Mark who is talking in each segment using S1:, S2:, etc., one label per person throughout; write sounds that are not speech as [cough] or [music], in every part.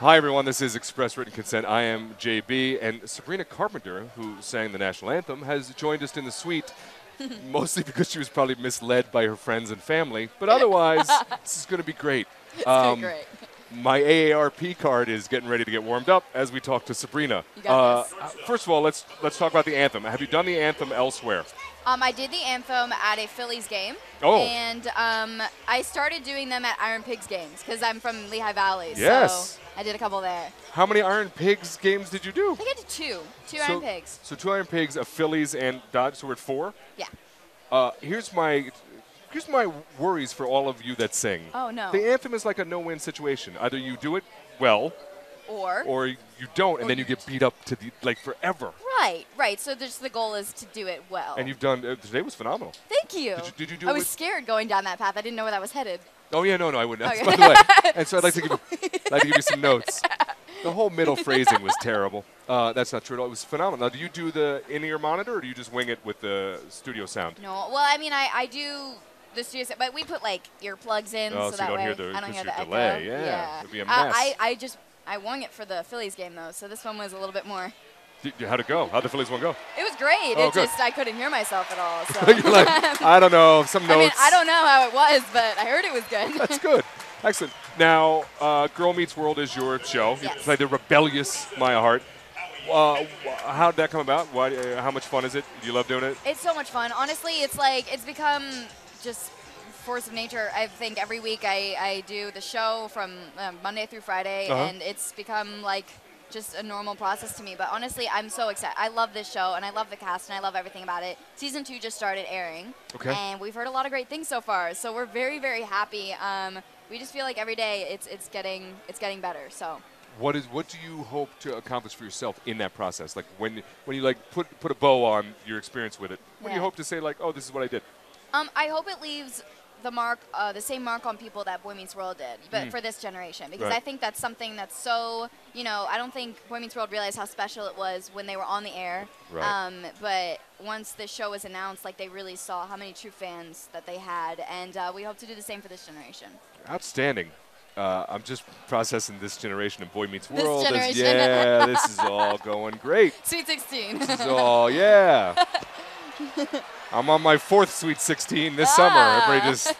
S1: Hi, everyone. This is Express Written Consent. I am JB, and Sabrina Carpenter, who sang the national anthem, has joined us in the
S2: [laughs]
S1: suite. mostly because she was probably misled by her friends and family, but
S2: [laughs]
S1: otherwise, this is going to be great. Um,
S2: great.
S1: My AARP card is getting ready to get warmed up as we talk to Sabrina.
S2: You got
S1: uh, first of all, let's let's talk about the anthem. Have you done the anthem elsewhere?
S2: Um, I did the anthem at a Phillies game.
S1: Oh.
S2: And um, I started doing them at Iron Pigs games because I'm from Lehigh Valley.
S1: Yes.
S2: So I did a couple there.
S1: How many Iron Pigs games did you do?
S2: I think I did two. Two Iron Pigs.
S1: So two Iron Pigs, a Phillies, and Dodge. So we're at four.
S2: Yeah.
S1: Uh, here's my here's my worries for all of you that sing.
S2: Oh, no.
S1: The anthem is like a no-win situation. Either you do it well,
S2: Or.
S1: or you don't, and then you get beat up to the like forever.
S2: Right, right. So just the goal is to do it well.
S1: And you've done. Uh, today was phenomenal.
S2: Thank you.
S1: Did you- did you do
S2: I
S1: it
S2: was
S1: with-
S2: scared going down that path. I didn't know where that was headed.
S1: Oh yeah, no, no, I wouldn't. [laughs]
S2: Okay.
S1: By the way,
S2: [laughs]
S1: and so I'd like to give you, like to give you some notes. The whole middle phrasing was terrible. Uh, that's not true at all. It was phenomenal. Now, do you do the in-ear monitor, or do you just wing it with the studio sound?
S2: No. Well, I mean, I, I do the studio, set, but we put like earplugs in,
S1: Oh, so you
S2: that
S1: don't
S2: way
S1: hear the-
S2: I don't hear
S1: 'cause
S2: the
S1: your
S2: echo.
S1: delay, yeah,
S2: yeah.
S1: it'd be a
S2: Uh,
S1: mess.
S2: I, I just I won it for the Phillies game though, so this one was a little bit more.
S1: Did, how'd it go? How'd the Phillies one
S2: [laughs]
S1: go?
S2: It was great.
S1: Oh,
S2: it
S1: good.
S2: just I couldn't hear myself at all. So
S1: You're [laughs] like, I don't know. Some
S2: I
S1: notes.
S2: mean, I don't know how it was, but I heard it was good. [laughs]
S1: That's good. Excellent. Now, uh, Girl Meets World is your show. You
S2: Yes.
S1: play the rebellious Maya Hart. Uh, wh- how'd that come about? Why, uh, how much fun is it? Do you love doing it?
S2: It's so much fun. Honestly, it's like it's become just force of nature. I think every week I, I do the show from um, Monday through Friday,
S1: Uh-huh.
S2: and it's become like just a normal process to me. But honestly, I'm so excited. I love this show, and I love the cast, and I love everything about it. Season two just started airing,
S1: Okay.
S2: and we've heard a lot of great things so far. So we're very very happy. Um, we just feel like every day it's it's getting it's getting better. So.
S1: What is what do you hope to accomplish for yourself in that process? Like when when you like put put a bow on your experience with it. What do you
S2: Yeah.
S1: hope to say? Like, oh, this is what I did.
S2: Um, I hope it leaves the mark, uh, the same mark on people that Boy Meets World did, but for this generation, because
S1: Mm. Right.
S2: I think that's something that's so, you know, I don't think Boy Meets World realized how special it was when they were on the air.
S1: Right.
S2: Um, but once the show was announced, like they really saw how many true fans that they had, and uh, we hope to do the same for this generation.
S1: Outstanding. Uh, I'm just processing this generation of Boy Meets World. as-
S2: generation. [laughs]
S1: yeah, this is all going great.
S2: Sweet 16.
S1: This is all, yeah. I'm on my fourth Sweet 16 this summer. Everybody just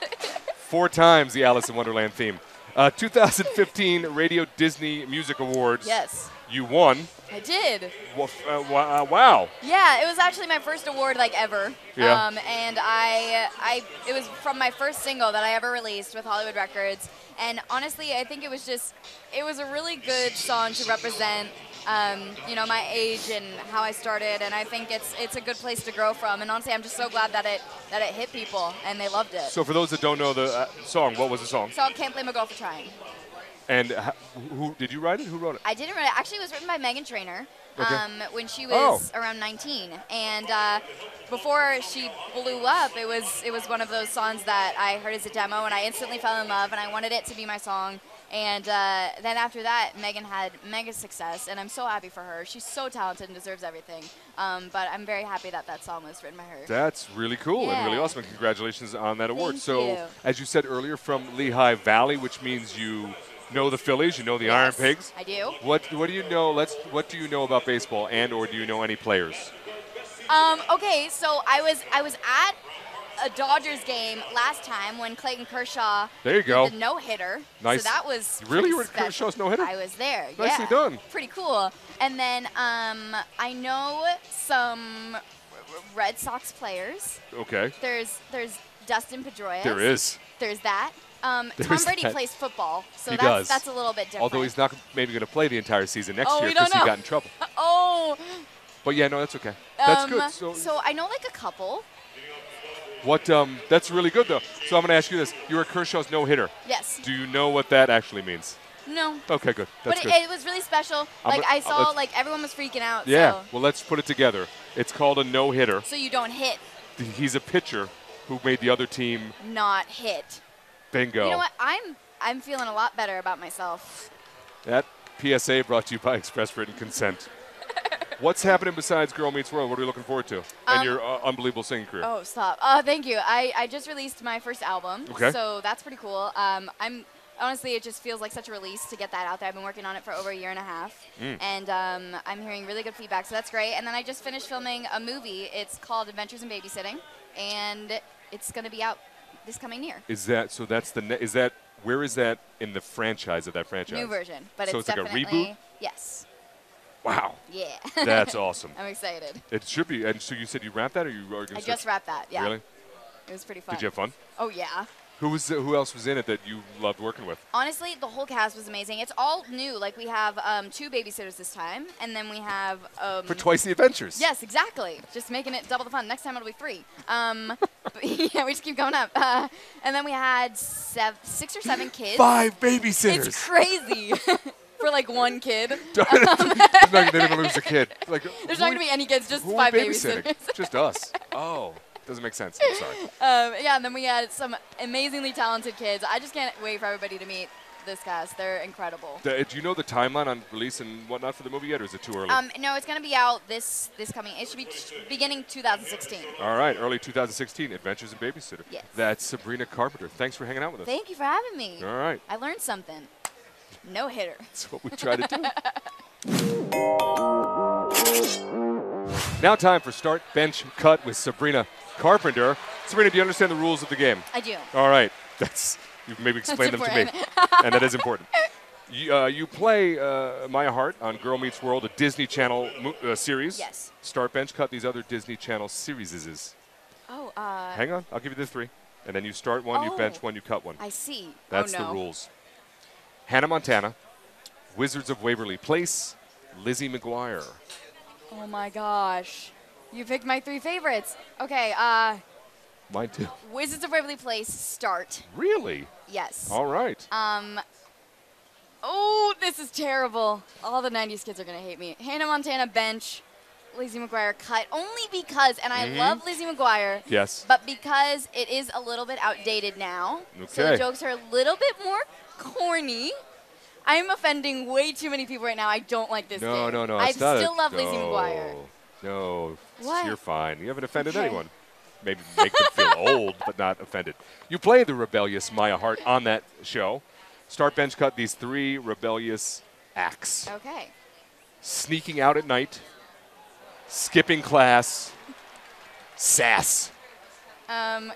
S1: four times the Alice in Wonderland theme. Uh, 2015 Radio Disney Music Awards.
S2: yes,
S1: You won.
S2: I did.
S1: Wa- uh, wa- uh, wow.
S2: Yeah, it was actually my first award like ever.
S1: Yeah.
S2: Um, and I, I, it was from my first single that I ever released with Hollywood Records. And honestly, I think it was just, it was a really good song to represent, um, you know, my age and how I started. And I think it's, it's a good place to grow from. And honestly, I'm just so glad that it, that it hit people and they loved it.
S1: So, for those that don't know the uh, song, what was the song?
S2: so I can't blame a girl for trying.
S1: And uh, who, who did you write it? Who wrote it?
S2: I didn't write it. Actually, it was written by Megan Trainor
S1: Okay.
S2: um, when she was around 19, and uh, before she blew up, it was it was one of those songs that I heard as a demo, and I instantly fell in love, and I wanted it to be my song. And uh, then after that, Megan had mega success, and I'm so happy for her. She's so talented and deserves everything. Um, but I'm very happy that that song was written by her.
S1: That's really cool and really
S2: Yeah.
S1: awesome. And congratulations on that award.
S2: Thank
S1: so,
S2: you.
S1: as you said earlier, from Lehigh Valley, which means you know the Phillies, you know the Iron
S2: Yes,
S1: Pigs.
S2: I do.
S1: What What do you know? Let's. What do you know about baseball, and or do you know any players?
S2: Um, okay, so I was I was at a Dodgers game last time when Clayton Kershaw
S1: There you
S2: did
S1: go.
S2: the no hitter.
S1: Nice.
S2: So that was
S1: You really
S2: pretty
S1: were at
S2: special.
S1: Kershaw's no-hitter?
S2: I was there.
S1: Nicely
S2: yeah.
S1: done.
S2: Pretty cool. And then um, I know some r- r- Red Sox players.
S1: Okay.
S2: There's there's Dustin Pedroia.
S1: There is.
S2: There's that.
S1: [laughs]
S2: Um,
S1: There's
S2: Tom Brady
S1: that.
S2: plays football, so
S1: He
S2: that's
S1: does.
S2: that's a little bit different.
S1: Although he's not maybe going to play the entire season next
S2: Oh,
S1: year
S2: we don't
S1: he
S2: know.
S1: got in
S2: [laughs]
S1: trouble.
S2: Oh.
S1: But yeah, no, that's okay. That's
S2: um,
S1: good. So,
S2: so I know like a couple.
S1: what? Um, that's really good though. So I'm going to ask you this: You are Kershaw's no hitter.
S2: Yes.
S1: Do you know what that actually means?
S2: No.
S1: Okay, good. That's
S2: but
S1: good.
S2: it, it was really special. Like
S1: gonna-
S2: I
S1: uh,
S2: saw,
S1: let's-
S2: like everyone was freaking out.
S1: yeah.
S2: So,
S1: Well, let's put it together. It's called a no hitter.
S2: so you don't hit,
S1: He's a pitcher who made the other team
S2: not hit.
S1: bingo.
S2: You know what? I'm I'm feeling a lot better about myself.
S1: That PSA brought to you by [laughs] Express Written Consent. What's happening besides Girl Meets World? What are we looking forward to? and
S2: Um,
S1: your uh, unbelievable singing career.
S2: Oh, stop. Oh, thank you. I, I just released my first album.
S1: Okay.
S2: So that's pretty cool. Um, I'm honestly, it just feels like such a release to get that out there. I've been working on it for over a year and a half,
S1: Mm.
S2: and um, I'm hearing really good feedback, so that's great. And then I just finished filming a movie. It's called Adventures in Babysitting, and it's going to be out this coming year.
S1: Is that so? That's the ne- is that where is that in the franchise of that franchise?
S2: New version, but
S1: So
S2: it's,
S1: it's like a
S2: definitely
S1: reboot?
S2: yes, [laughs]
S1: Wow,
S2: yeah.
S1: that's awesome.
S2: I'm excited.
S1: It should be. And so you said you wrapped that, or you are going
S2: I just wrapped that. Yeah,
S1: Really?
S2: it was pretty fun.
S1: Did you have fun?
S2: oh yeah.
S1: Who was who else was in it that you loved working with?
S2: Honestly, the whole cast was amazing. It's all new. Like we have um, two babysitters this time, and then we have um,
S1: For twice the adventures.
S2: Yes, exactly. Just making it double the fun. Next time it'll be three. Um, [laughs] but yeah, we just keep going up. Uh, and then we had sev- six or seven kids.
S1: Five
S2: It's
S1: [laughs] babysitters.
S2: crazy [laughs] for like one kid.
S1: [laughs] Darn it. It's not- They're going to lose a
S2: [laughs]
S1: kid. Like,
S2: There's not gonna be any kids, just
S1: who are
S2: five
S1: we babysitting? [laughs]
S2: babysitters.
S1: just us. Oh, doesn't make sense. I'm sorry.
S2: Um, yeah, and then we had some amazingly talented kids. I just can't wait for everybody to meet this cast. They're incredible.
S1: The- uh, do you know the timeline on release and whatnot for the movie yet, or is it too early?
S2: Um, no, it's gonna be out this this coming. It should be beginning 2016.
S1: All right, early 2016, Adventures in Babysitter.
S2: Yes.
S1: That's Sabrina Carpenter. Thanks for hanging out with us.
S2: Thank you for having me.
S1: All right,
S2: I learned something. No hitter.
S1: that's what we try to
S2: [laughs]
S1: do. now, time for start, bench, cut with Sabrina Carpenter. Sabrina, do you understand the rules of the game?
S2: I do.
S1: All right, [laughs] that's you've maybe explained them to me, [laughs] and that is important. You, uh, you play uh, My Heart on Girl Meets World, a Disney Channel mo- uh, series.
S2: Yes.
S1: Start, bench, cut. These other Disney Channel series.
S2: Oh, uh,
S1: Hang on, I'll give you the three, and then you start one, you bench
S2: Oh.
S1: one, you cut one.
S2: I see.
S1: That's
S2: oh, no.
S1: the rules. Hannah Montana, Wizards of Waverly Place, Lizzie McGuire.
S2: Oh my gosh. You picked my three favorites. Okay, uh,
S1: Mine too.
S2: Wizards of Waverly Place, start.
S1: Really?
S2: Yes.
S1: All right.
S2: Um, oh, this is terrible. All the 90s kids are going to hate me. Hannah Montana, bench. Lizzie McGuire cut only because, and I
S1: Mm-hmm.
S2: love Lizzie McGuire,
S1: yes.
S2: but because it is a little bit outdated now. So
S1: Okay.
S2: the jokes are a little bit more corny. I'm offending way too many people right now. I don't like this
S1: no,
S2: game.
S1: no, no.
S2: I
S1: it's not a-
S2: still love Lizzie McGuire.
S1: No, no,
S2: What?
S1: you're fine. You haven't offended
S2: Okay.
S1: anyone. Maybe make them
S2: [laughs]
S1: feel old, but not offended. You play the rebellious Maya Hart on that show. Start, bench, cut. These three rebellious acts.
S2: Okay.
S1: sneaking out at night, skipping class, sass.
S2: Um,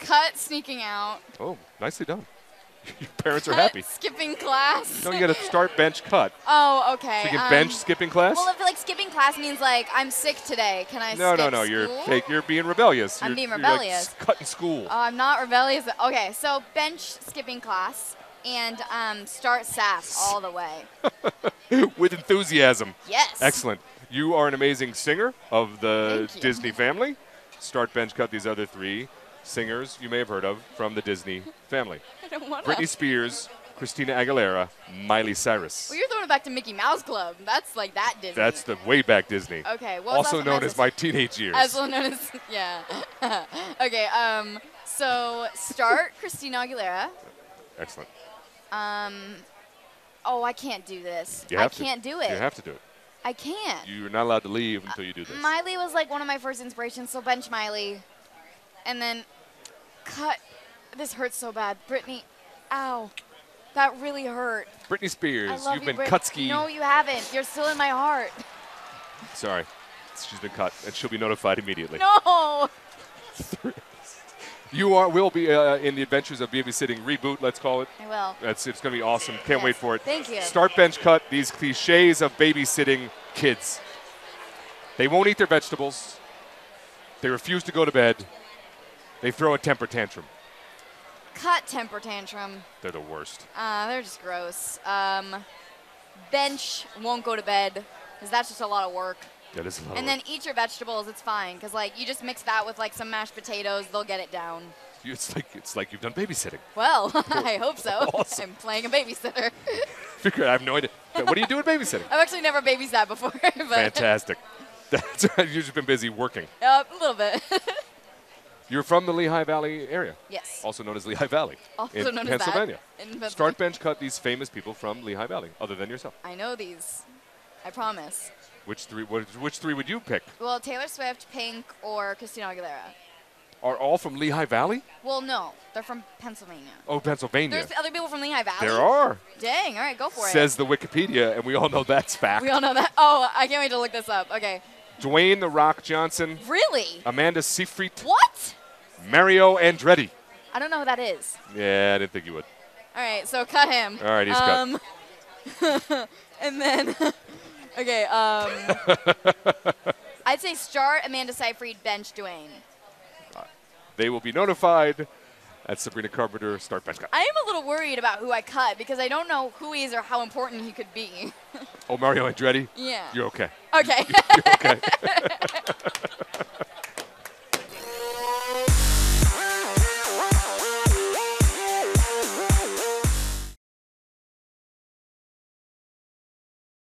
S2: cut sneaking out.
S1: Oh, nicely done. [laughs] Your parents are
S2: Cut
S1: happy.
S2: Skipping class.
S1: No, you got to start bench cut.
S2: [laughs] oh, okay.
S1: So you
S2: um,
S1: can bench skipping class.
S2: Well, if like skipping class means like I'm sick today, can I?
S1: no, no,
S2: skip
S1: no. You're
S2: school?
S1: fake. You're being rebellious.
S2: I'm
S1: You're-
S2: being
S1: you're, like,
S2: rebellious.
S1: s- cutting school.
S2: Oh, I'm not rebellious. Okay, so bench skipping class and um, start sass all
S1: [laughs]
S2: the way.
S1: With enthusiasm.
S2: Yes.
S1: Excellent. You are an amazing singer of the
S2: Thank you.
S1: Disney family. Start bench cut these other three singers you may have heard of from the Disney
S2: [laughs]
S1: family.
S2: [laughs] I don't want
S1: Britney Spears, Christina Aguilera, Miley Cyrus.
S2: Well, you're throwing it back to Mickey Mouse Club. That's like that Disney.
S1: That's the way back Disney.
S2: Okay, what was
S1: also
S2: last
S1: known
S2: time I
S1: as my teenage years.
S2: As well known as [laughs] yeah. [laughs] okay. Um. So start Christina Aguilera.
S1: Excellent.
S2: Um, oh, I can't do this.
S1: You
S2: I
S1: have to.
S2: can't do it.
S1: You have to do it.
S2: I can't.
S1: You're not allowed to leave until you do this.
S2: Miley was like one of my first inspirations, so bench Miley. And then cut. This hurts so bad. Brittany, ow. That really hurt.
S1: Britney
S2: I
S1: Spears,
S2: love
S1: you've
S2: you,
S1: been
S2: Brit-
S1: cutski.
S2: No, you haven't. You're still in my heart. [laughs]
S1: Sorry. She's been cut, and she'll be notified immediately.
S2: No.
S1: You are will be uh, in the Adventures of Babysitting reboot, let's call it.
S2: I will.
S1: That's it's going to be awesome. Can't wait
S2: Yes.
S1: for it.
S2: Thank you.
S1: Start bench cut these cliches of babysitting kids. They won't eat their vegetables. They refuse to go to bed. They throw a temper tantrum.
S2: Cut temper tantrum.
S1: They're the worst.
S2: Uh, they're just gross. Um, bench won't go to bed because that's just a lot of work.
S1: That is a lot of
S2: And
S1: work.
S2: then eat your vegetables. It's fine because like you just mix that with like some mashed potatoes. They'll get it down.
S1: You- It's like it's like you've done babysitting. [laughs]
S2: Well, [laughs] I hope so.
S1: Awesome.
S2: I'm playing a babysitter.
S1: Figure I have no idea. What do you do with babysitting?
S2: I've actually never babysat [laughs] before, [laughs] but
S1: Fantastic. [laughs] That's right. You've just been busy working.
S2: uh, a little bit. [laughs]
S1: You're from the Lehigh Valley area,
S2: yes.
S1: also known as Lehigh Valley,
S2: Also
S1: in
S2: known as that.
S1: Pennsylvania.
S2: In Pennsylvania.
S1: Start bench cut these famous people from Lehigh Valley, other than yourself.
S2: I know these. I promise.
S1: Which three? Which, which three would you pick?
S2: Well, Taylor Swift, Pink, or Christina Aguilera.
S1: are all from Lehigh Valley?
S2: Well, no, they're from Pennsylvania.
S1: Oh, Pennsylvania.
S2: There's other people from Lehigh Valley.
S1: There are,
S2: Dang, all right, go for
S1: says the Wikipedia, and we all know that's
S2: it.
S1: fact.
S2: We all know that. Oh, I can't wait to look this up. Okay.
S1: [laughs] Dwayne The Rock Johnson,
S2: Really?
S1: Amanda Seyfried,
S2: What?
S1: Mario Andretti.
S2: I don't know who that is.
S1: Yeah, I didn't think you would.
S2: All right, so cut him.
S1: All right, he's cut.
S2: um, [laughs] and then, okay. Um, I'd say start Amanda Seyfried, bench Dwayne.
S1: They will be notified. That's Sabrina Carpenter, start bench cut.
S2: I am a little worried about who I cut because I don't know who he is or how important he could be.
S1: Oh, Mario Andretti.
S2: yeah.
S1: You're okay.
S2: okay.
S1: You're okay.